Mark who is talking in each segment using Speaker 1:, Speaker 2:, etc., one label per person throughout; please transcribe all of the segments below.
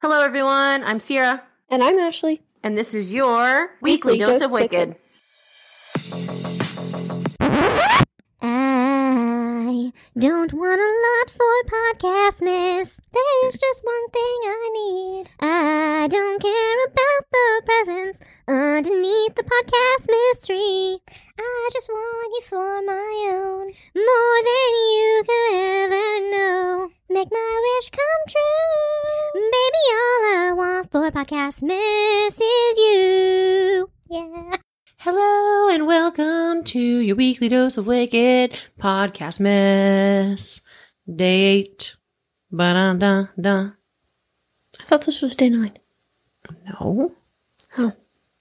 Speaker 1: Hello, everyone. I'm Sierra,
Speaker 2: And I'm Ashley.
Speaker 1: and this is your weekly,
Speaker 2: Weekly
Speaker 1: dose,
Speaker 2: Dose
Speaker 1: of Wicked.
Speaker 3: I don't want a lot for podcastmas. There's just one thing I need. I don't care about the presents underneath the podcast mystery. I just want you for my own, more than you could ever know. Make my wish come true, baby. All I want for podcastmas is you. Yeah.
Speaker 1: Hello, and welcome to your weekly dose of Wicked podcast mess. Day eight. Ba da da.
Speaker 2: I thought this was day nine.
Speaker 1: No.
Speaker 2: Oh.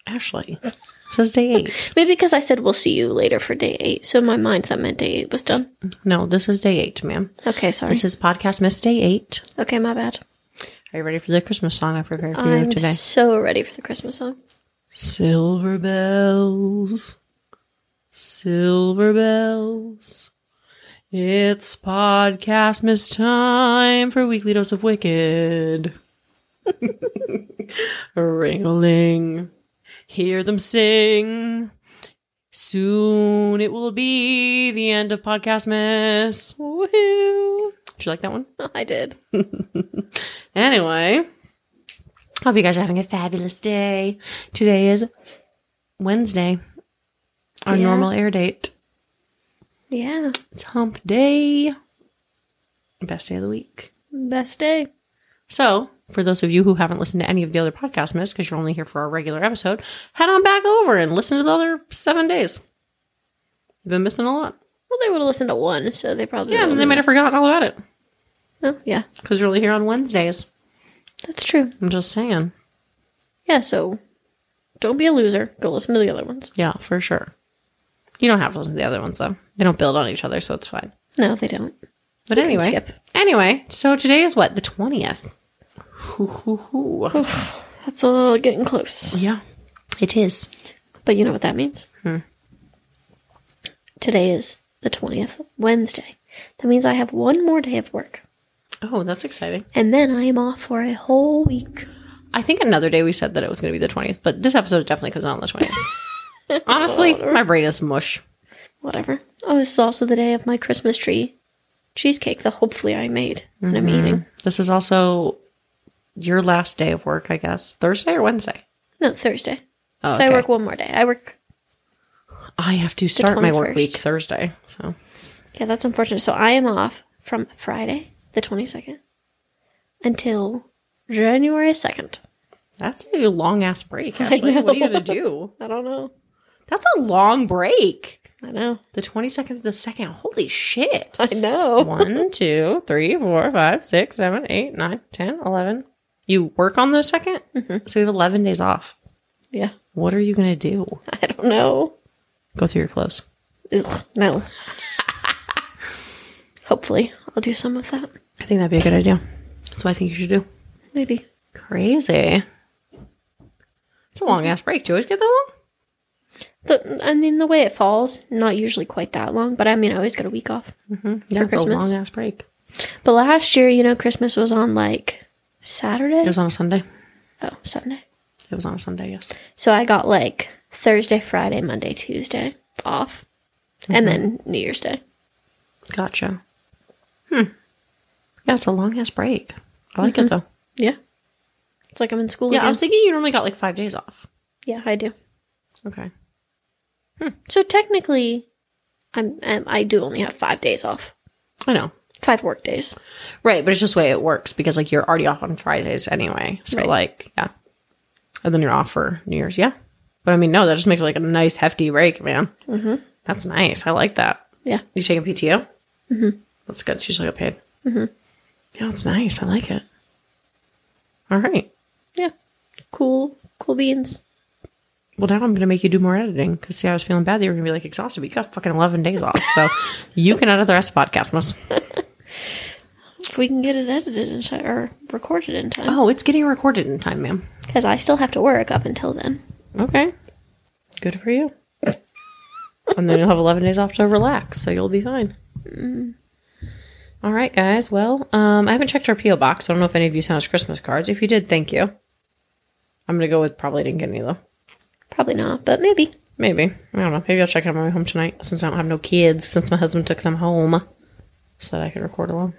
Speaker 1: Ashley. It says day eight.
Speaker 2: Maybe because I said we'll see you later for day eight. So in my mind, that meant day eight was done.
Speaker 1: No, this is day eight, ma'am.
Speaker 2: Okay, sorry.
Speaker 1: This is podcast mess day eight.
Speaker 2: okay, my bad.
Speaker 1: Are you ready for the Christmas song I prepared for
Speaker 2: I'm
Speaker 1: you today?
Speaker 2: so ready for the Christmas song.
Speaker 1: Silver bells, silver bells. It's podcast miss time for weekly dose of wicked. Ringling, hear them sing. Soon it will be the end of podcast miss.
Speaker 2: Woohoo!
Speaker 1: Did you like that one?
Speaker 2: I did.
Speaker 1: Anyway, hope you guys are having a fabulous day. Today is Wednesday, our
Speaker 2: Yeah.
Speaker 1: normal air date.
Speaker 2: Yeah.
Speaker 1: It's hump day, best day of the week.
Speaker 2: Best day.
Speaker 1: So, for those of you who haven't listened to any of the other podcast miss, because you're only here for our regular episode, head on back over and listen to the other seven days. You've been missing a lot.
Speaker 2: Well, they would have listened to one, so they probably
Speaker 1: Yeah,
Speaker 2: would've
Speaker 1: and they might have
Speaker 2: missed-
Speaker 1: forgotten all about it
Speaker 2: Oh, yeah.
Speaker 1: because you're only here on Wednesdays.
Speaker 2: That's true.
Speaker 1: I'm just saying.
Speaker 2: Yeah, so don't be a loser. Go listen to the other ones.
Speaker 1: Yeah, for sure. You don't have to listen to the other ones though. They don't build on each other, so it's fine.
Speaker 2: No, they don't.
Speaker 1: But
Speaker 2: can
Speaker 1: anyway,
Speaker 2: skip.
Speaker 1: anyway, so today is what the twentieth.
Speaker 2: That's all getting close.
Speaker 1: Yeah, it is.
Speaker 2: But you know what that means?
Speaker 1: Hmm.
Speaker 2: Today is the 20th, Wednesday. That means I have one more day of work.
Speaker 1: Oh, that's exciting.
Speaker 2: And then I am off for a whole week.
Speaker 1: I think another day we said that it was going to be the twentieth, but this episode definitely comes out on the twentieth. Honestly, my brain is mush.
Speaker 2: Whatever. Oh, this is also the day of my Christmas tree cheesecake that hopefully I made and
Speaker 1: Mm-hmm.
Speaker 2: I'm eating.
Speaker 1: This is also your last day of work, I guess. Thursday or Wednesday?
Speaker 2: No, Thursday.
Speaker 1: Oh,
Speaker 2: So I
Speaker 1: okay.
Speaker 2: work one more day. I work.
Speaker 1: I have to start my work
Speaker 2: 21st.
Speaker 1: week Thursday, so
Speaker 2: Yeah, that's unfortunate. So I am off from Friday, the 22nd, until January 2nd.
Speaker 1: that's a long ass break. Actually, what are you going to do?
Speaker 2: I don't know.
Speaker 1: That's a long break.
Speaker 2: I know.
Speaker 1: The 22nd is the second. Holy shit.
Speaker 2: I know.
Speaker 1: One, two, three, four, five, six, seven, eight, nine, ten, eleven. You work on the 2nd? So you have 11 days off.
Speaker 2: Yeah.
Speaker 1: What are you going to do?
Speaker 2: I don't know.
Speaker 1: Go through your clothes.
Speaker 2: Ugh, no. Hopefully, I'll do some of that.
Speaker 1: I think that'd be a good idea. That's what I think you should do.
Speaker 2: Maybe.
Speaker 1: Crazy. It's a long ass break. Do you always get that long?
Speaker 2: The, I mean, the way it falls, not usually quite that long, but I mean, I always got a week off.
Speaker 1: Yeah, it's
Speaker 2: Christmas.
Speaker 1: a long ass break.
Speaker 2: But last year, you know, Christmas was on like Saturday.
Speaker 1: It was on a Sunday.
Speaker 2: oh, Sunday.
Speaker 1: It was on a Sunday, yes.
Speaker 2: So I got like Thursday, Friday, Monday, Tuesday off,
Speaker 1: Mm-hmm.
Speaker 2: and then New Year's Day.
Speaker 1: Gotcha. Hmm. Yeah, it's a long ass break. I like it though.
Speaker 2: Yeah. It's like I'm in school.
Speaker 1: Mm-hmm. Yeah, I
Speaker 2: again.
Speaker 1: was thinking you normally got like five days off.
Speaker 2: yeah, I do.
Speaker 1: Okay.
Speaker 2: So technically, I'm, i I do only have five days off,
Speaker 1: I know.
Speaker 2: five work days.
Speaker 1: Right, but it's just the way it works because like you're already off on Fridays anyway. So
Speaker 2: Right.
Speaker 1: like yeah. And then you're off for New Year's, yeah. But I mean no, that just makes it like a nice hefty break, man. Mm-hmm. That's nice. I like that.
Speaker 2: Yeah.
Speaker 1: You taking PTO? Mm-hmm. That's good. So you still get paid. Mm-hmm. Yeah, it's nice. I like it. All right.
Speaker 2: Yeah. Cool, cool beans.
Speaker 1: Well, now I'm gonna make you do more editing because see, I was feeling bad. that You were gonna be like exhausted. But you got fucking eleven days off, so you can edit the rest of the podcast. Most.
Speaker 2: If we can get it edited in time or recorded in time,
Speaker 1: Oh, it's getting recorded in time, ma'am.
Speaker 2: because I still have to work up until then.
Speaker 1: Okay. Good for you. and then you'll have 11 days off to relax, so you'll be fine. Mm. All right, guys. Well, um, I haven't checked our PO box. So I don't know if any of you sent us Christmas cards. If you did, thank you. I'm gonna go with probably didn't get any though.
Speaker 2: Probably not, but maybe.
Speaker 1: Maybe I don't know. Maybe I'll check it on my way home tonight since I don't have no kids. Since my husband took them home, so that I can record alone.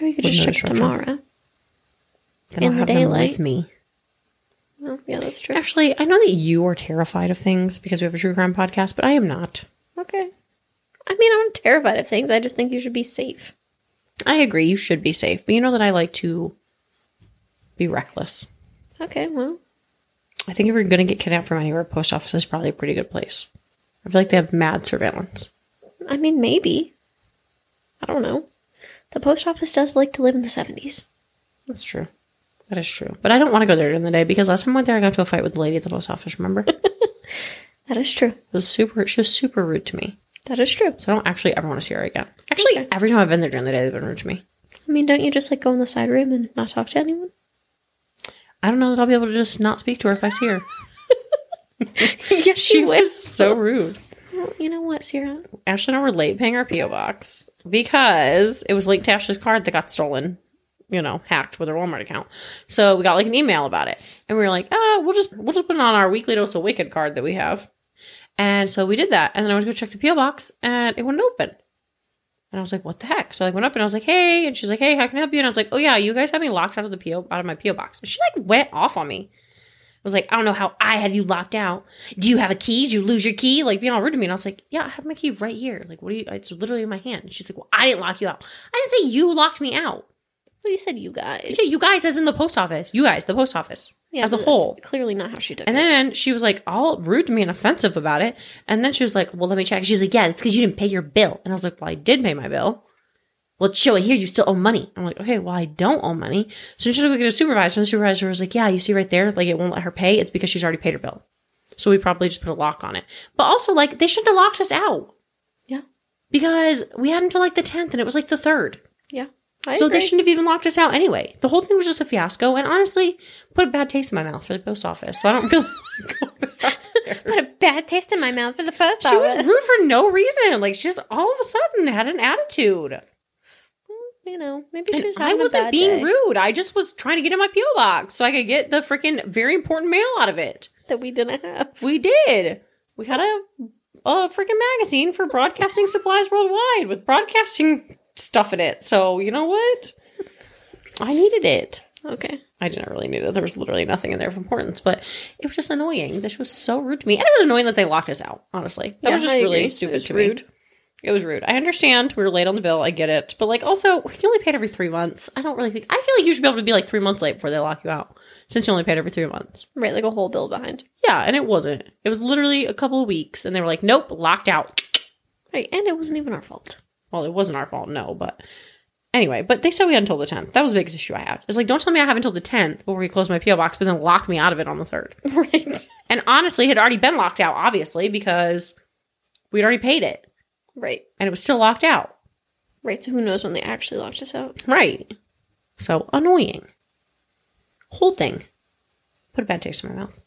Speaker 2: Or you could
Speaker 1: With
Speaker 2: just
Speaker 1: no
Speaker 2: check
Speaker 1: disruption.
Speaker 2: tomorrow.
Speaker 1: Then
Speaker 2: In
Speaker 1: I'll
Speaker 2: the
Speaker 1: have them
Speaker 2: daylight.
Speaker 1: with me.
Speaker 2: Well, Oh, yeah, that's true.
Speaker 1: Actually, I know that you are terrified of things because we have a true crime podcast, but I am not.
Speaker 2: Okay. I mean, I'm terrified of things. I just think you should be safe.
Speaker 1: I agree, you should be safe, but you know that I like to be reckless.
Speaker 2: Okay, well,
Speaker 1: I think if you're going to get kidnapped from anywhere, post office is probably a pretty good place. I feel like they have mad surveillance.
Speaker 2: I mean, maybe. I don't know. The post office does like to live in the 70s.
Speaker 1: That's true. That is true. But I don't want to go there during the day because last time I went there, I got into a fight with the lady at the post office, remember? it
Speaker 2: That is true.
Speaker 1: was super, she was super rude to me.
Speaker 2: That is true.
Speaker 1: So I don't actually ever want to see her again. Actually,
Speaker 2: Okay.
Speaker 1: every time I've been there during the day, they've been rude to me.
Speaker 2: I mean, don't you just like go in the side room and not talk to anyone?
Speaker 1: I don't know that I'll be able to just not speak to her if I see her.
Speaker 2: yes,
Speaker 1: She was so rude.
Speaker 2: Well, you know what, Sierra?
Speaker 1: Ashley and I were late paying our PO box because it was linked to Ashley's card that got stolen, you know, hacked with her Walmart account. So we got like an email about it, and we were like, ah, we'll just we'll just put it on our weekly dose of wicked card that we have. And so we did that, and then I went to go check the PO box, and it wouldn't open. And I was like, what the heck? So I went up and I was like, hey, and she's like, hey, how can I help you? And I was like, oh yeah, you guys have me locked out of the PO out of my PO box. And she like went off on me. I was like, I don't know how I have you locked out. Do you have a key? Did you lose your key? Like being all rude to me. And I was like, Yeah, I have my key right here. Like, what do you? It's literally in my hand. And she's like, Well, I didn't lock you out. I didn't say you locked me out.
Speaker 2: Well, you said you guys.
Speaker 1: Yeah, you guys, as in the post office. You guys, the post office.
Speaker 2: Yeah,
Speaker 1: as a
Speaker 2: but that's
Speaker 1: whole.
Speaker 2: Clearly not how she took
Speaker 1: And
Speaker 2: it.
Speaker 1: then she was like all rude to me and offensive about it. And then she was like, Well, let me check. She's like, Yeah, it's because you didn't pay your bill. And I was like, Well, I did pay my bill. Well, it's showing here you still owe money. I'm like, okay, well, I don't owe money. So she had to go get a supervisor. And the supervisor was like, Yeah, you see right there, like it won't let her pay. It's because she's already paid her bill. So we probably just put a lock on it. But also, like, they shouldn't have locked us out.
Speaker 2: Yeah.
Speaker 1: Because we had until like the 10th and it was like the 3rd
Speaker 2: Yeah. I
Speaker 1: so
Speaker 2: agree.
Speaker 1: they shouldn't have even locked us out anyway. The whole thing was just a fiasco, and honestly, put a bad taste in my mouth for the post office. So I don't really want to go back there.
Speaker 2: put a bad taste in my mouth for the post
Speaker 1: She was rude for no reason. Like she just all of a sudden had an attitude,
Speaker 2: you know, maybe she
Speaker 1: and
Speaker 2: was
Speaker 1: I
Speaker 2: having a
Speaker 1: wasn't
Speaker 2: bad
Speaker 1: being
Speaker 2: day
Speaker 1: rude. I just was trying to get in my PO box so I could get the freaking very important mail out of it.
Speaker 2: that we didn't have.
Speaker 1: We did. We had a a freaking magazine for broadcasting supplies worldwide with broadcasting stuff in it. So you know what? I needed it.
Speaker 2: Okay.
Speaker 1: I didn't really need it. There was literally nothing in there of importance, but it was just annoying. This was so rude to me. And it was annoying that they locked us out, honestly. That
Speaker 2: Yeah,
Speaker 1: was just
Speaker 2: I
Speaker 1: really
Speaker 2: agree. It
Speaker 1: stupid
Speaker 2: was
Speaker 1: to me.
Speaker 2: rude.
Speaker 1: It was rude. I understand we were late on the bill. I get it. But like also, you only paid every three months. I don't really think I feel like you should be able to be like three months late before they lock you out. Since you only paid every three months.
Speaker 2: Right, like a whole bill behind.
Speaker 1: Yeah, and it wasn't. It was literally a couple of weeks and they were like, Nope, locked out.
Speaker 2: Right, and it wasn't even our fault.
Speaker 1: Well, it wasn't our fault, no, but anyway, but they said we had until the tenth. That was the biggest issue I had. It's like don't tell me I have until the tenth before you close my PO box, but then lock me out of it on the third.
Speaker 2: Right.
Speaker 1: And honestly, had already been locked out, obviously, because we'd already paid it
Speaker 2: Right.
Speaker 1: and it was still locked out.
Speaker 2: Right, so who knows when they actually locked us out?
Speaker 1: Right. So annoying. Whole thing. Put a bad taste in my mouth.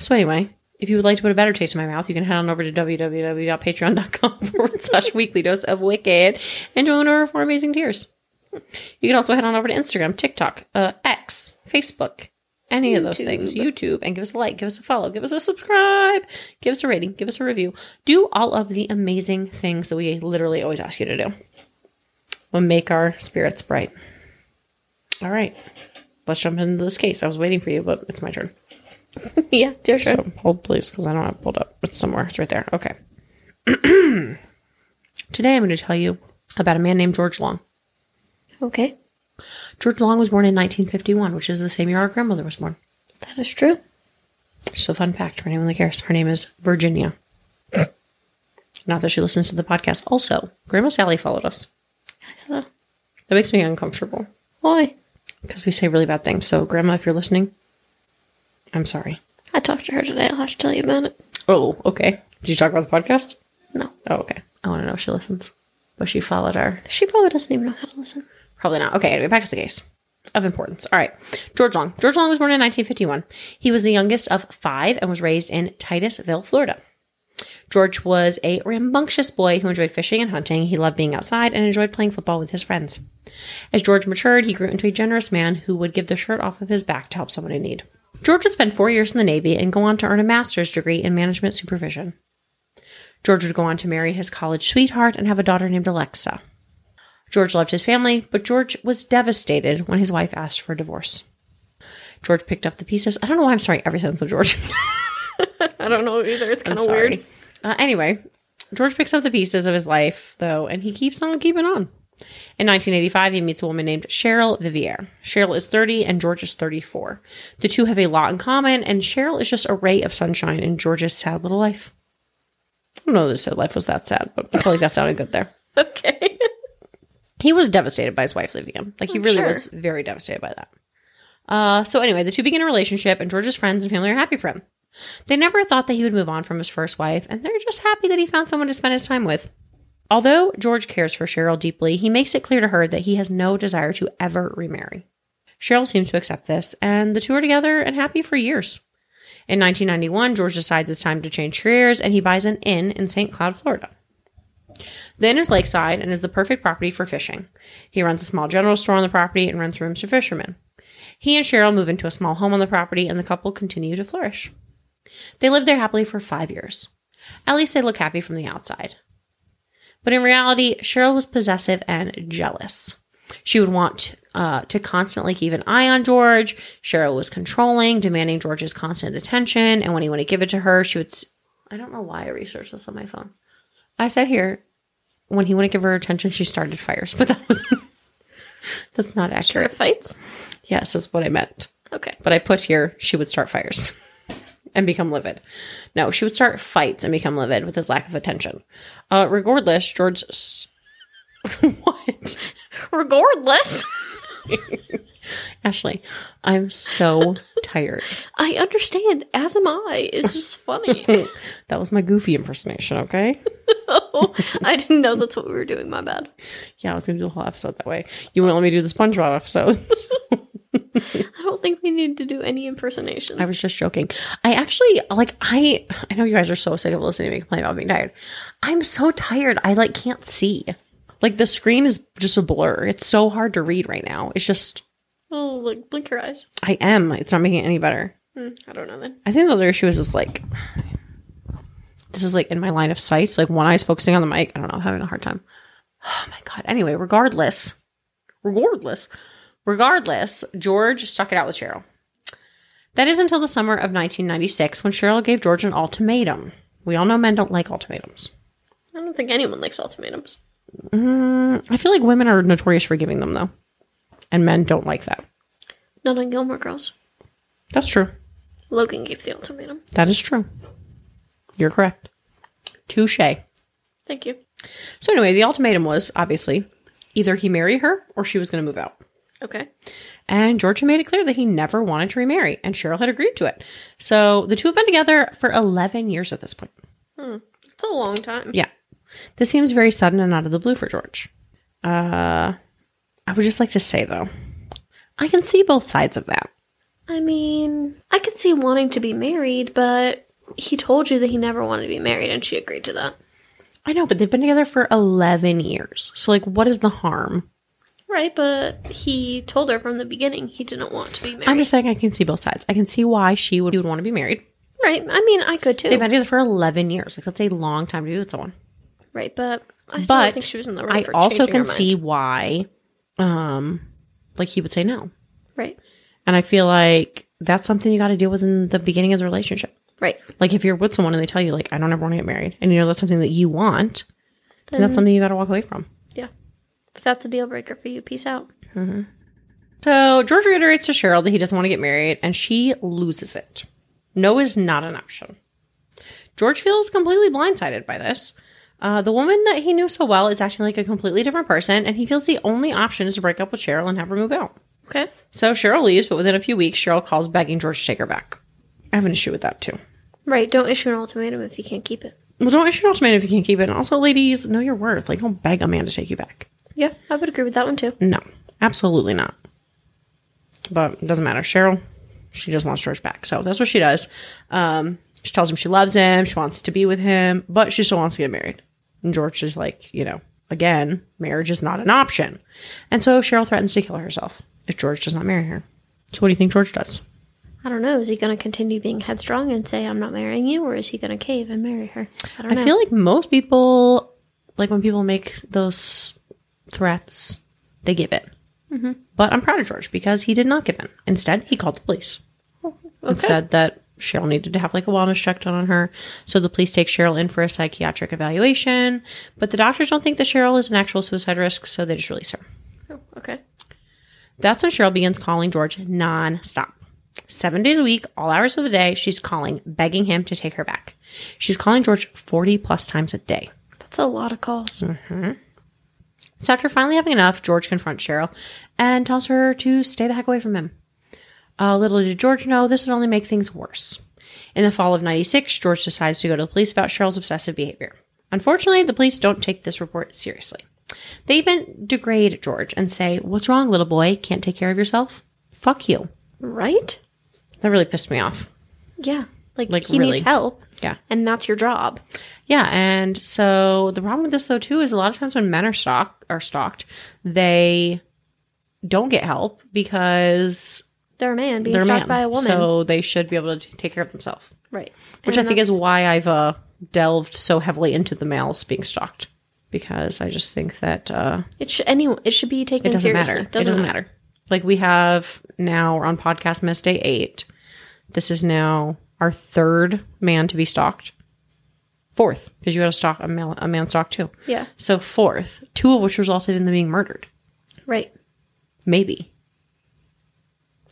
Speaker 1: So, anyway, if you would like to put a better taste in my mouth, you can head on over to www.patreon.com forward slash weekly dose of wicked and join one of our four amazing tiers. You can also head on over to Instagram, TikTok, uh, X, Facebook, any of those
Speaker 2: YouTube.
Speaker 1: things, YouTube, and give us a like, give us a follow, give us a subscribe, give us a rating, give us a review. Do all of the amazing things that we literally always ask you to do. We'll make our spirits bright. All right, let's jump into this case. I was waiting for you, but it's my turn.
Speaker 2: yeah, dear sure.
Speaker 1: So hold please, because I don't have it pulled up. It's somewhere. It's right there. Okay. Today I'm going to tell you about a man named George Long.
Speaker 2: Okay.
Speaker 1: George Long was born in 1951, which is the same year our grandmother was born.
Speaker 2: That is true.
Speaker 1: Just a fun fact for anyone that cares. Her name is Virginia. Not that she listens to the podcast. Also, Grandma Sally followed us.
Speaker 2: So,
Speaker 1: That makes me uncomfortable
Speaker 2: why?
Speaker 1: because we say really bad things. So, Grandma, if you're listening, I'm sorry.
Speaker 2: I talked to her today. I'll have to tell you about it.
Speaker 1: Oh, okay. Did you talk about the podcast?
Speaker 2: No.
Speaker 1: Oh, okay. I want to know if she listens. But she followed our
Speaker 2: She probably doesn't even know how to listen.
Speaker 1: Probably not. Okay, anyway, back to the case of importance. All right. George Long. George Long was born in 1951. He was the youngest of five and was raised in Titusville, Florida. George was a rambunctious boy who enjoyed fishing and hunting. He loved being outside and enjoyed playing football with his friends. As George matured, he grew into a generous man who would give the shirt off of his back to help someone in need. George would spend four years in the Navy and go on to earn a master's degree in management supervision. George would go on to marry his college sweetheart and have a daughter named Alexa. George loved his family, but George was devastated when his wife asked for a divorce. George picked up the pieces. I don't know why I'm starting every sentence with George.
Speaker 2: I don't know either. It's
Speaker 1: I'm
Speaker 2: kind of
Speaker 1: sorry.
Speaker 2: weird.
Speaker 1: Uh, anyway, George picks up the pieces of his life, though, and he keeps on keeping on. In 1985, he meets a woman named Cheryl Vivier. Cheryl is 30 and George is 34. The two have a lot in common, and Cheryl is just a ray of sunshine in George's sad little life. I don't know that said life was that sad, but I feel like that sounded good there.
Speaker 2: Okay.
Speaker 1: He was devastated by his wife leaving him. Like, he
Speaker 2: I'm
Speaker 1: really
Speaker 2: sure.
Speaker 1: was very devastated by that. Uh, so, anyway, the two begin a relationship, and George's friends and family are happy for him. They never thought that he would move on from his first wife, and they're just happy that he found someone to spend his time with. Although George cares for Cheryl deeply, he makes it clear to her that he has no desire to ever remarry. Cheryl seems to accept this, and the two are together and happy for years. In 1991, George decides it's time to change careers, and he buys an inn in St. Cloud, Florida. The inn is lakeside and is the perfect property for fishing. He runs a small general store on the property and rents rooms to fishermen. He and Cheryl move into a small home on the property, and the couple continue to flourish. They live there happily for five years. At least they look happy from the outside. But in reality, Cheryl was possessive and jealous. She would want uh, to constantly keep an eye on George. Cheryl was controlling, demanding George's constant attention, and when he wanted to give it to her, she would. S- I don't know why I researched this on my phone. I said here, when he wouldn't give her attention, she started fires, but that was that's not
Speaker 2: Sure,
Speaker 1: accurate.
Speaker 2: it fights.
Speaker 1: Yes, is what I meant
Speaker 2: Okay.
Speaker 1: but I put here she would start fires and become livid. No, she would start fights and become livid with his lack of attention. Uh, regardless, George. s- what?
Speaker 2: Regardless,
Speaker 1: Ashley, I'm so tired.
Speaker 2: I understand. As am I. It's just funny.
Speaker 1: That was my goofy impersonation, okay?
Speaker 2: oh, I didn't know that's what we were doing. My bad.
Speaker 1: Yeah, I was gonna do the whole episode that way. You wouldn't let me do the SpongeBob episode.
Speaker 2: I don't think we need to do any impersonation.
Speaker 1: I was just joking. I actually like I I know you guys are so sick of listening to me complain about being tired. I'm so tired. I like can't see. Like the screen is just a blur. It's so hard to read right now. It's just
Speaker 2: oh, look, blink your eyes.
Speaker 1: I am. It's not making it any better.
Speaker 2: Hmm, I don't know then.
Speaker 1: I think the other issue is is like this is like in my line of sight. So like one eye's focusing on the mic. I don't know, I'm having a hard time. Oh my god. Anyway, regardless. Regardless. Regardless, George stuck it out with Cheryl. That is until the summer of 1996 when Cheryl gave George an ultimatum. We all know men don't like ultimatums.
Speaker 2: I don't think anyone likes ultimatums.
Speaker 1: Mm, I feel like women are notorious for giving them though. And men don't like that.
Speaker 2: Not on Gilmore Girls.
Speaker 1: That's true.
Speaker 2: Logan gave the ultimatum.
Speaker 1: That is true. You're correct. Touche.
Speaker 2: Thank you.
Speaker 1: So anyway, the ultimatum was obviously either he marry her or she was going to move out.
Speaker 2: Okay.
Speaker 1: And Georgia made it clear that he never wanted to remarry, and Cheryl had agreed to it. So the two have been together for 11 years at this point.
Speaker 2: It's a long time.
Speaker 1: Yeah. This seems very sudden and out of the blue for George. Uh, I would just like to say, though, I can see both sides of that.
Speaker 2: I mean, I could see wanting to be married, but he told you that he never wanted to be married, and she agreed to that.
Speaker 1: I know, but they've been together for 11 years. So, like, what is the harm?
Speaker 2: Right, but he told her from the beginning he didn't want to be married.
Speaker 1: I'm just saying I can see both sides. I can see why she would, would want to be married.
Speaker 2: right. I mean, I could too.
Speaker 1: They've been together for 11 years. Like, that's a long time to be with someone.
Speaker 2: right, but I still
Speaker 1: But
Speaker 2: don't think she was in the right.
Speaker 1: I
Speaker 2: for
Speaker 1: also
Speaker 2: changing her
Speaker 1: can
Speaker 2: mind.
Speaker 1: see why, um, like he would say no,
Speaker 2: Right.
Speaker 1: and I feel like that's something you got to deal with in the beginning of the relationship.
Speaker 2: Right.
Speaker 1: Like if you're with someone and they tell you like I don't ever want to get married, and you know that's something that you want, then
Speaker 2: Mm-hmm.
Speaker 1: that's something you got to walk away from.
Speaker 2: If that's a deal breaker for you, peace out.
Speaker 1: So George reiterates to Cheryl that he doesn't want to get married, and she loses it. No is not an option. George feels completely blindsided by this. Uh, the woman that he knew so well is acting like a completely different person, and he feels the only option is to break up with Cheryl and have her move out.
Speaker 2: Okay.
Speaker 1: So Cheryl leaves, but within a few weeks, Cheryl calls begging George to take her back. I have an issue with that too.
Speaker 2: Right. Don't issue an ultimatum if you can't keep it.
Speaker 1: Well, don't issue an ultimatum if you can't keep it. And also, ladies, know your worth. Like, don't beg a man to take you back.
Speaker 2: Yeah, I would agree with that one too.
Speaker 1: No, absolutely not. But it doesn't matter. Cheryl, she just wants George back. So that's what she does. Um, She tells him she loves him, she wants to be with him, but she still wants to get married. And George is like, you know, again, marriage is not an option. And so Cheryl threatens to kill herself if George does not marry her. So what do you think George does?
Speaker 2: I don't know. Is he going to continue being headstrong and say, I'm not marrying you? Or is he going to cave and marry her? I don't know.
Speaker 1: I feel like most people, like when people make those threats, they give in. But I'm proud of George because he did not give in. Instead, he called the police and said that Cheryl needed to have like a wellness check done on her. So the police take Cheryl in for a psychiatric evaluation, but the doctors don't think that Cheryl is an actual suicide risk, so they just release her.
Speaker 2: Oh, okay.
Speaker 1: That's when Cheryl begins calling George nonstop. Seven days a week, all hours of the day, she's calling, begging him to take her back. She's calling George 40 plus times a day.
Speaker 2: That's a lot of calls.
Speaker 1: So after finally having enough, George confronts Cheryl and tells her to stay the heck away from him. Uh, little did George know, this would only make things worse. In the fall of 96, George decides to go to the police about Cheryl's obsessive behavior. Unfortunately, the police don't take this report seriously. They even degrade George and say, What's wrong, little boy? Can't take care of yourself? Fuck you.
Speaker 2: Right?
Speaker 1: That really pissed me off.
Speaker 2: Yeah. Like,
Speaker 1: Like,
Speaker 2: he
Speaker 1: really.
Speaker 2: needs help.
Speaker 1: Yeah.
Speaker 2: And that's your job.
Speaker 1: Yeah, and so the problem with this though too is a lot of times when men are stalked are stalked, they don't get help because
Speaker 2: They're a man being
Speaker 1: they're a man,
Speaker 2: stalked by a woman.
Speaker 1: so they should be able to t- take care of themselves,
Speaker 2: right.
Speaker 1: which
Speaker 2: And
Speaker 1: I think is
Speaker 2: that's-
Speaker 1: why I've uh, delved so heavily into the males being stalked because I just think that uh,
Speaker 2: it should anyone it should be taken
Speaker 1: it doesn't
Speaker 2: seriously.
Speaker 1: matter. it doesn't matter. Like we have now, we're on podcast miss day eight. This is now our third man to be stalked. Fourth, because you had a stalk a, male, a man stalked too.
Speaker 2: Yeah.
Speaker 1: So fourth, two of which resulted in them being murdered.
Speaker 2: Right.
Speaker 1: Maybe.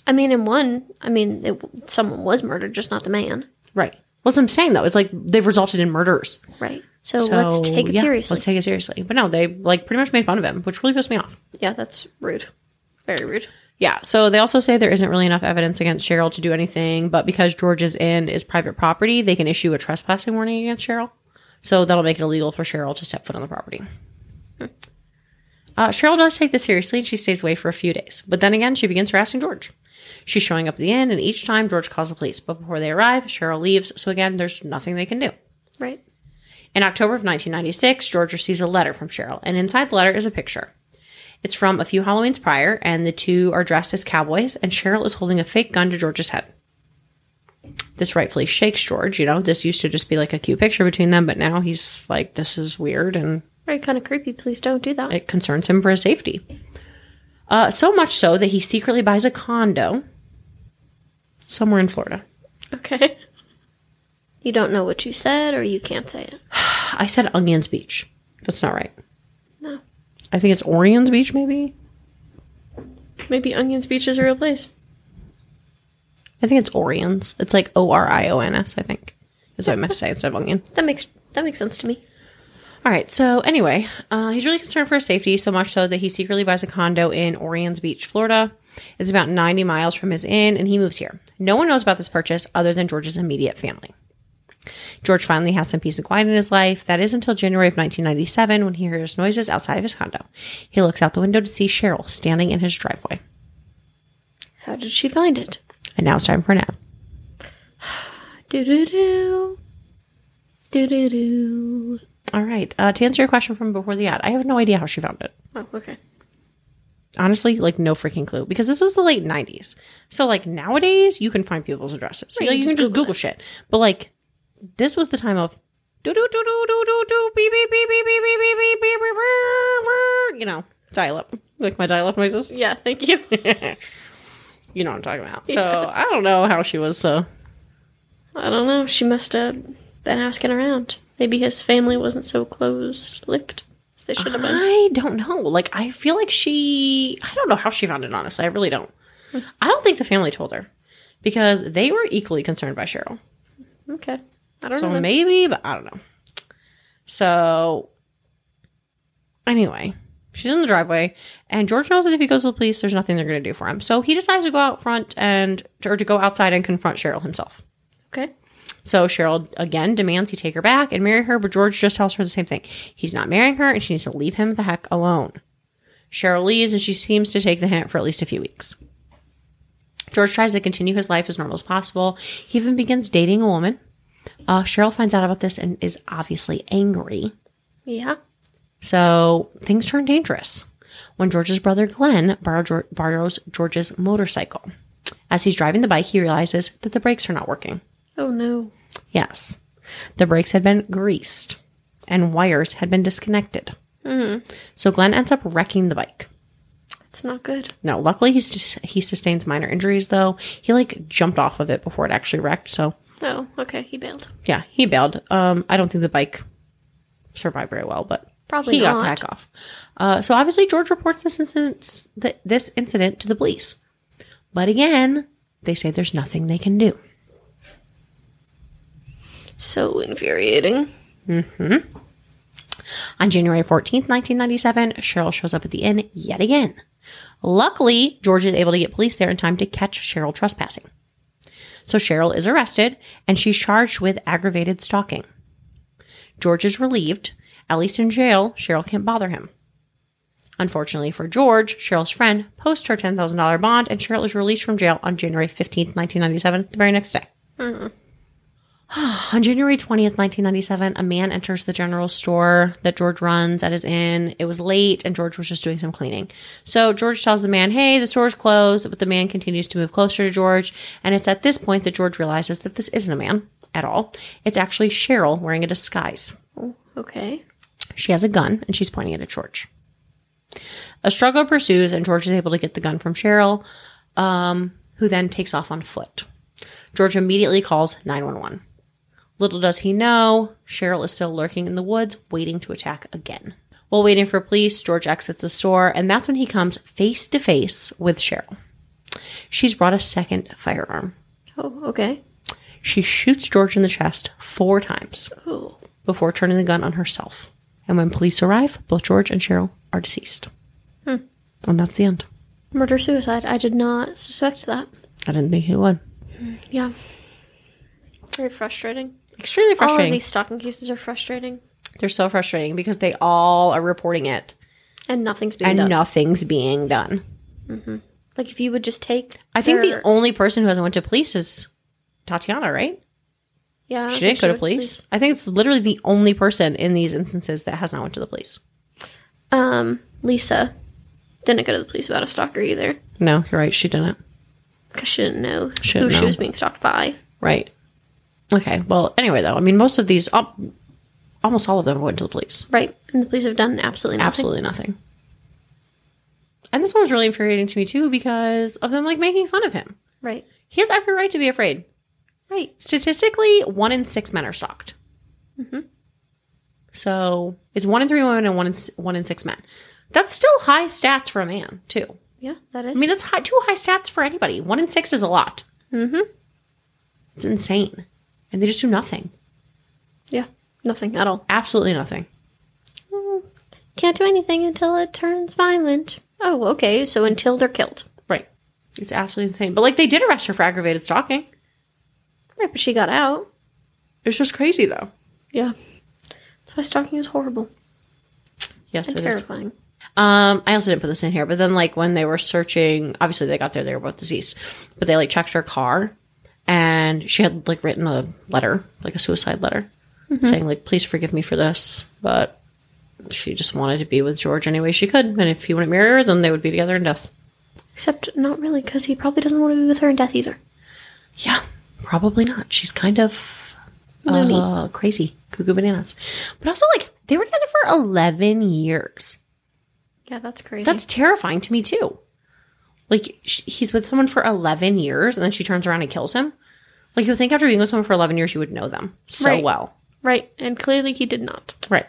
Speaker 2: I mean, in one, I mean, it, someone was murdered, just not the man.
Speaker 1: Right. What's I'm saying though is like they've resulted in murders.
Speaker 2: Right. So, let's take it
Speaker 1: yeah,
Speaker 2: seriously.
Speaker 1: Let's take it seriously. But no, they like pretty much made fun of him, which really pissed me off.
Speaker 2: yeah, that's rude. Very rude.
Speaker 1: Yeah. So they also say there isn't really enough evidence against Cheryl to do anything, but because George's Inn is private property, they can issue a trespassing warning against Cheryl. So that'll make it illegal for Cheryl to step foot on the property. Uh, Cheryl does take this seriously and she stays away for a few days. But then again, she begins harassing George. She's showing up at the inn, and each time George calls the police. But before they arrive, Cheryl leaves. So again, there's nothing they can do.
Speaker 2: Right.
Speaker 1: In October of 1996, George receives a letter from Cheryl, and inside the letter is a picture. It's from a few Halloweens prior, and the two are dressed as cowboys, and Cheryl is holding a fake gun to George's head. This rightfully shakes George, you know. This used to just be like a cute picture between them, but now he's like, this is weird, and
Speaker 2: Right. Kind of creepy. Please don't do that.
Speaker 1: it concerns him for his safety. Uh, so much so that he secretly buys a condo somewhere in Florida.
Speaker 2: okay. You don't know what you said, or you can't say it.
Speaker 1: I said Onions Beach. That's not right.
Speaker 2: No.
Speaker 1: I think it's Orion's Beach, maybe?
Speaker 2: Maybe Onions Beach is a real place.
Speaker 1: I think it's Orions. It's like O R I O N S, I think, is what I meant to say instead of onion.
Speaker 2: That makes that makes sense to me.
Speaker 1: All right, so anyway, uh, he's really concerned for his safety, so much so that he secretly buys a condo in Orions Beach, Florida. It's about 90 miles from his inn, and he moves here. No one knows about this purchase other than George's immediate family. George finally has some peace and quiet in his life. That is until January of 1997 when he hears noises outside of his condo. He looks out the window to see Cheryl standing in his driveway.
Speaker 2: How did she find it?
Speaker 1: And now it's time for an ad.
Speaker 2: Do do do. Do do do.
Speaker 1: All right, uh, to answer your question from before the ad, I have no idea how she found it.
Speaker 2: Oh, okay.
Speaker 1: honestly like no freaking clue because this was the late 90s so like nowadays you can find people's addresses
Speaker 2: Right,
Speaker 1: Like,
Speaker 2: you
Speaker 1: you can
Speaker 2: just
Speaker 1: just google shit but like this was the time of do do do do do do do beep beep beep beep beep beep beep beep beep beep beep, you know dial up like my dial up noises
Speaker 2: Yeah. Thank you.
Speaker 1: you know what i'm talking about so i don't know how she was uh, so
Speaker 2: I don't know. She must have been asking around. Maybe his family wasn't so closed lipped as they should have been.
Speaker 1: i don't know like i feel like she i don't know how she found it honestly i really don't i don't think the family told her because they were equally concerned by cheryl
Speaker 2: Okay. I don't
Speaker 1: Uh-huh. so
Speaker 2: know. then.
Speaker 1: maybe, but I don't know. So anyway, she's in the driveway, and George knows that if he goes to the police, there's nothing they're going to do for him. So he decides to go out front and or to go outside and confront Cheryl himself.
Speaker 2: okay.
Speaker 1: So Cheryl again demands he take her back and marry her, but George just tells her the same thing. He's not marrying her, and she needs to leave him the heck alone. Cheryl leaves, and she seems to take the hint for at least a few weeks. George tries to continue his life as normal as possible. He even begins dating a woman. Uh, Cheryl finds out about this and is obviously angry.
Speaker 2: Yeah.
Speaker 1: So things turn dangerous when George's brother Glenn borrow- Geor- borrows George's motorcycle. As he's driving the bike, he realizes that the brakes are not working.
Speaker 2: Oh no.
Speaker 1: Yes, the brakes had been greased and wires had been disconnected.
Speaker 2: Mm-hmm.
Speaker 1: So Glenn ends up wrecking the bike.
Speaker 2: That's not good.
Speaker 1: No, luckily he's he sustains minor injuries though. He like jumped off of it before it actually wrecked. So
Speaker 2: Oh, okay. He bailed.
Speaker 1: yeah, he bailed. Um, I don't think the bike survived very well, but
Speaker 2: Probably
Speaker 1: he
Speaker 2: not.
Speaker 1: got the heck off. Uh, so obviously George reports this incident th- this incident to the police, but again they say there's nothing they can do.
Speaker 2: So infuriating.
Speaker 1: On January 14th, 1997, Cheryl shows up at the inn yet again. Luckily, George is able to get police there in time to catch Cheryl trespassing. So Cheryl is arrested and she's charged with aggravated stalking. George is relieved. At least in jail, Cheryl can't bother him. Unfortunately for George, Cheryl's friend posts her $10,000 bond and Cheryl is released from jail on January 15th, 1997, the very next day. On January 20th, 1997, a man enters the general store that George runs at his inn. It was late and George was just doing some cleaning. So George tells the man, Hey, the store's closed, but the man continues to move closer to George. And it's at this point that George realizes that this isn't a man at all. It's actually Cheryl wearing a disguise.
Speaker 2: Oh, okay.
Speaker 1: She has a gun and she's pointing it at George. A struggle pursues, and George is able to get the gun from Cheryl, um, who then takes off on foot. George immediately calls 911. Little does he know, Cheryl is still lurking in the woods, waiting to attack again. While waiting for police, George exits the store, and that's when he comes face to face with Cheryl. She's brought a second firearm.
Speaker 2: Oh, okay.
Speaker 1: She shoots George in the chest four times
Speaker 2: Oh.
Speaker 1: before turning the gun on herself. And when police arrive, both George and Cheryl are deceased. Hmm. And that's the end.
Speaker 2: Murder suicide. I did not suspect that.
Speaker 1: I didn't think it would.
Speaker 2: Yeah. Very frustrating.
Speaker 1: Extremely
Speaker 2: All of
Speaker 1: frustrating.
Speaker 2: these stalking cases are frustrating.
Speaker 1: They're so frustrating because they all are reporting it
Speaker 2: And nothing's being
Speaker 1: and
Speaker 2: done.
Speaker 1: nothing's being done.
Speaker 2: Like if you would just take
Speaker 1: I think
Speaker 2: their-
Speaker 1: the only person who hasn't went to police is Tatiana, right?
Speaker 2: Yeah. I
Speaker 1: She didn't
Speaker 2: think
Speaker 1: go
Speaker 2: would
Speaker 1: to police. I think it's literally the only person in these instances that has not went to the police.
Speaker 2: Um, Lisa didn't go to the police about a stalker either
Speaker 1: No, you're right. She didn't.
Speaker 2: because she didn't know
Speaker 1: She
Speaker 2: who
Speaker 1: didn't
Speaker 2: she
Speaker 1: know.
Speaker 2: was being stalked by.
Speaker 1: Right. Okay. Well, anyway, though, I mean, most of these, al- almost all of them went to the police.
Speaker 2: Right. And the police have done absolutely nothing.
Speaker 1: Absolutely nothing. And this one was really infuriating to me too because of them like making fun of him.
Speaker 2: Right.
Speaker 1: He has every right to be afraid.
Speaker 2: Right.
Speaker 1: Statistically, one in six men are stalked. Mm-hmm. So it's one in three women and one in s- one in six men. That's still high stats for a man too.
Speaker 2: Yeah, that is.
Speaker 1: I mean, that's high, two high stats for anybody. One in six is a lot.
Speaker 2: Mhm.
Speaker 1: It's insane, and they just do nothing.
Speaker 2: yeah, nothing at all.
Speaker 1: Absolutely nothing.
Speaker 2: Can't do anything until it turns violent. Oh, okay. So until they're killed.
Speaker 1: Right. It's absolutely insane. But like, they did arrest her for aggravated stalking.
Speaker 2: Right, but she got out.
Speaker 1: It's just crazy though.
Speaker 2: Yeah. That's why stalking is horrible
Speaker 1: Yes,
Speaker 2: and
Speaker 1: it is.
Speaker 2: terrifying.
Speaker 1: Um, I also didn't put this in here, but then like when they were searching, obviously they got there, they were both deceased, but they like checked her car, and she had like written a letter, like a suicide letter, saying like, "Please forgive me for this," but she just wanted to be with George any way she could, and if he wouldn't marry her, then they would be together in death.
Speaker 2: Except not really, because he probably doesn't want to be with her in death either.
Speaker 1: Yeah, probably not. She's kind of
Speaker 2: No need.
Speaker 1: uh, crazy, cuckoo bananas, but also like they were together for eleven years.
Speaker 2: Yeah, that's crazy.
Speaker 1: That's terrifying to me too. Like sh- he's with someone for 11 years and then she turns around and kills him. Like you would think after being with someone for 11 years you would know them so
Speaker 2: Right.
Speaker 1: well.
Speaker 2: right, and clearly he did not.
Speaker 1: Right.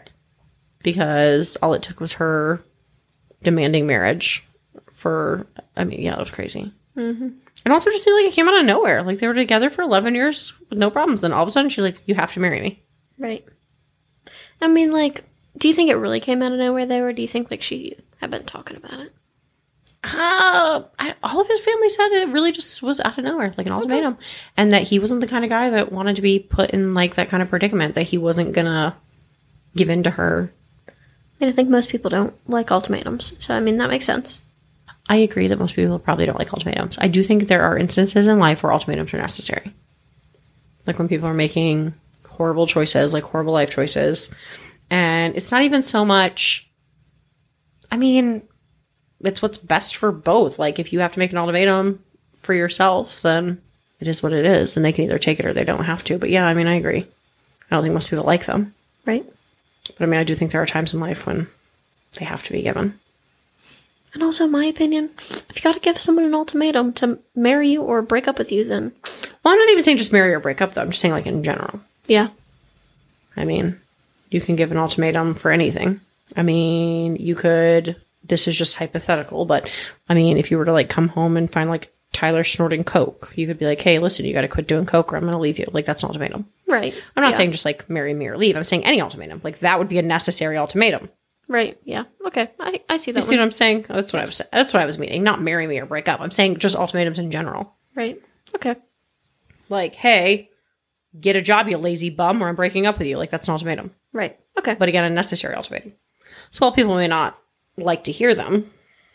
Speaker 1: Because all it took was her demanding marriage for I mean, yeah, that was crazy.
Speaker 2: Mm-hmm.
Speaker 1: And also just seemed like it came out of nowhere. Like they were together for 11 years with no problems then all of a sudden she's like you have to marry me.
Speaker 2: Right. I mean, like, do you think it really came out of nowhere though, or do you think like she had been talking about it?
Speaker 1: Uh, I, all of his family said it really just was out of nowhere, like an ultimatum, and that he wasn't the kind of guy that wanted to be put in like that kind of predicament. That he wasn't gonna give in to her.
Speaker 2: I mean, I think most people don't like ultimatums, so I mean that makes sense.
Speaker 1: I agree that most people probably don't like ultimatums. I do think there are instances in life where ultimatums are necessary, like when people are making horrible choices, like horrible life choices. And it's not even so much, I mean, it's what's best for both. Like, if you have to make an ultimatum for yourself, then it is what it is. And they can either take it or they don't have to. But yeah, I mean, I agree. I don't think most people like them.
Speaker 2: right?
Speaker 1: But I mean, I do think there are times in life when they have to be given.
Speaker 2: And also, in my opinion, if you gotta give someone an ultimatum to marry you or break up with you, then
Speaker 1: Well, I'm not even saying just marry or break up, though. I'm just saying, like, in general.
Speaker 2: yeah,
Speaker 1: I mean, you can give an ultimatum for anything. I mean, you could, this is just hypothetical, but I mean, if you were to like come home and find like Tyler snorting Coke, you could be like, hey, listen, you got to quit doing Coke or I'm going to leave you. Like, that's an ultimatum.
Speaker 2: right.
Speaker 1: I'm not
Speaker 2: Yeah.
Speaker 1: saying just like marry me or leave. I'm saying any ultimatum. Like, that would be a necessary ultimatum.
Speaker 2: right. Yeah. Okay. I, I see
Speaker 1: You
Speaker 2: that
Speaker 1: see
Speaker 2: one.
Speaker 1: what I'm saying? That's what I was. That's what I was meaning. Not marry me or break up. I'm saying just ultimatums in general.
Speaker 2: right. Okay.
Speaker 1: Like, hey, get a job, you lazy bum, or I'm breaking up with you. Like, that's an ultimatum.
Speaker 2: Right. Okay.
Speaker 1: but again, a necessary ultimatum. So while people may not like to hear them,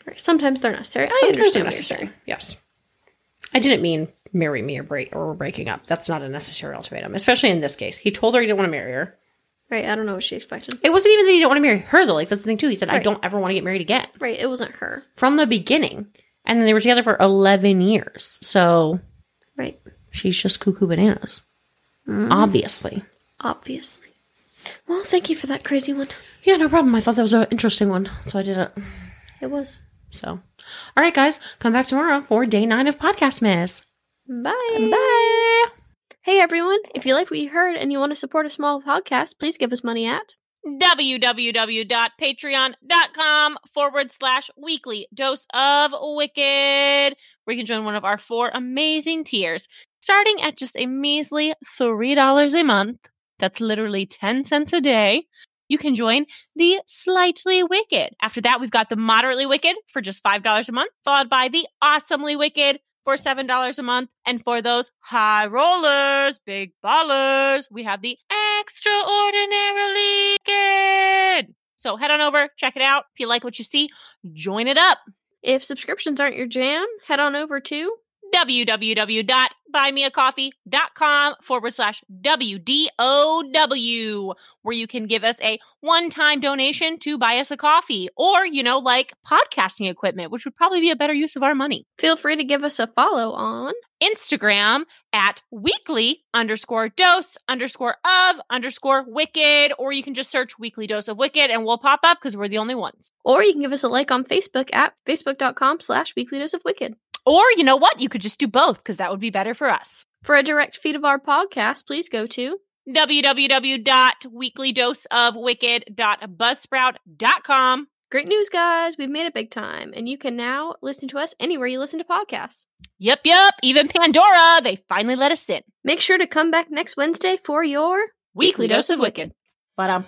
Speaker 2: Right. Sometimes they're necessary. I
Speaker 1: sometimes they're
Speaker 2: understand what you're
Speaker 1: necessary.
Speaker 2: saying.
Speaker 1: Yes, I didn't mean marry me or break or we're breaking up. That's not a necessary ultimatum, especially in this case. He told her he didn't want to marry her.
Speaker 2: Right. I don't know what she expected.
Speaker 1: It wasn't even that he didn't want to marry her though. Like that's the thing too. He said, "I
Speaker 2: Right.
Speaker 1: don't ever want to get married again."
Speaker 2: Right. It wasn't her.
Speaker 1: From the beginning, and then they were together for eleven years. So
Speaker 2: Right.
Speaker 1: she's just cuckoo bananas, Mm. obviously.
Speaker 2: Obviously. Well, thank you for that crazy one.
Speaker 1: Yeah, no problem. I thought that was an interesting one, so I did it.
Speaker 2: It was.
Speaker 1: So, all right, guys, come back tomorrow for day nine of Podcast Miss.
Speaker 2: Bye.
Speaker 1: Bye.
Speaker 2: Hey everyone, if you like what you heard and you want to support a small podcast, please give us money at
Speaker 4: www.patreon.com forward slash weekly dose of wicked, where you can join one of our four amazing tiers, starting at just a measly $3 a month. That's literally 10 cents a day. You can join the slightly wicked. After that, we've got the moderately wicked for just $5 a month, followed by the awesomely wicked for $7 a month. And for those high rollers, big ballers, we have the extraordinarily good. So head on over, check it out. If you like what you see, join it up.
Speaker 2: If subscriptions aren't your jam, head on over to
Speaker 4: www.buymeacoffee.com forward slash WDOW, where you can give us a one time donation to buy us a coffee or, you know, like podcasting equipment, which would probably be a better use of our money.
Speaker 2: Feel free to give us a follow on
Speaker 4: Instagram at weekly underscore dose underscore of underscore wicked, or you can just search weekly dose of wicked and we'll pop up because we're the only ones.
Speaker 2: or you can give us a like on Facebook at facebook.com slash weekly dose of wicked.
Speaker 4: Or you know what? You could just do both because that would be better for us.
Speaker 2: For a direct feed of our podcast, please go to
Speaker 4: www.weeklydoseofwicked.buzzsprout.com.
Speaker 2: Great news guys, we've made it big time and you can now listen to us anywhere you listen to podcasts.
Speaker 4: Yep, yep. Even Pandora, they finally let us in.
Speaker 2: Make sure to come back next Wednesday for your
Speaker 4: Weekly, dose, of wicked. But um.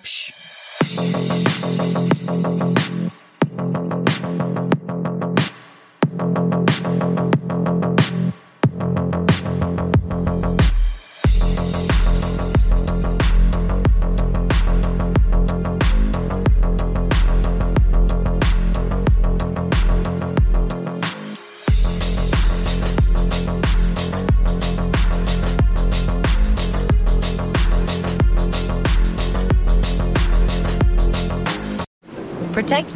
Speaker 5: Protect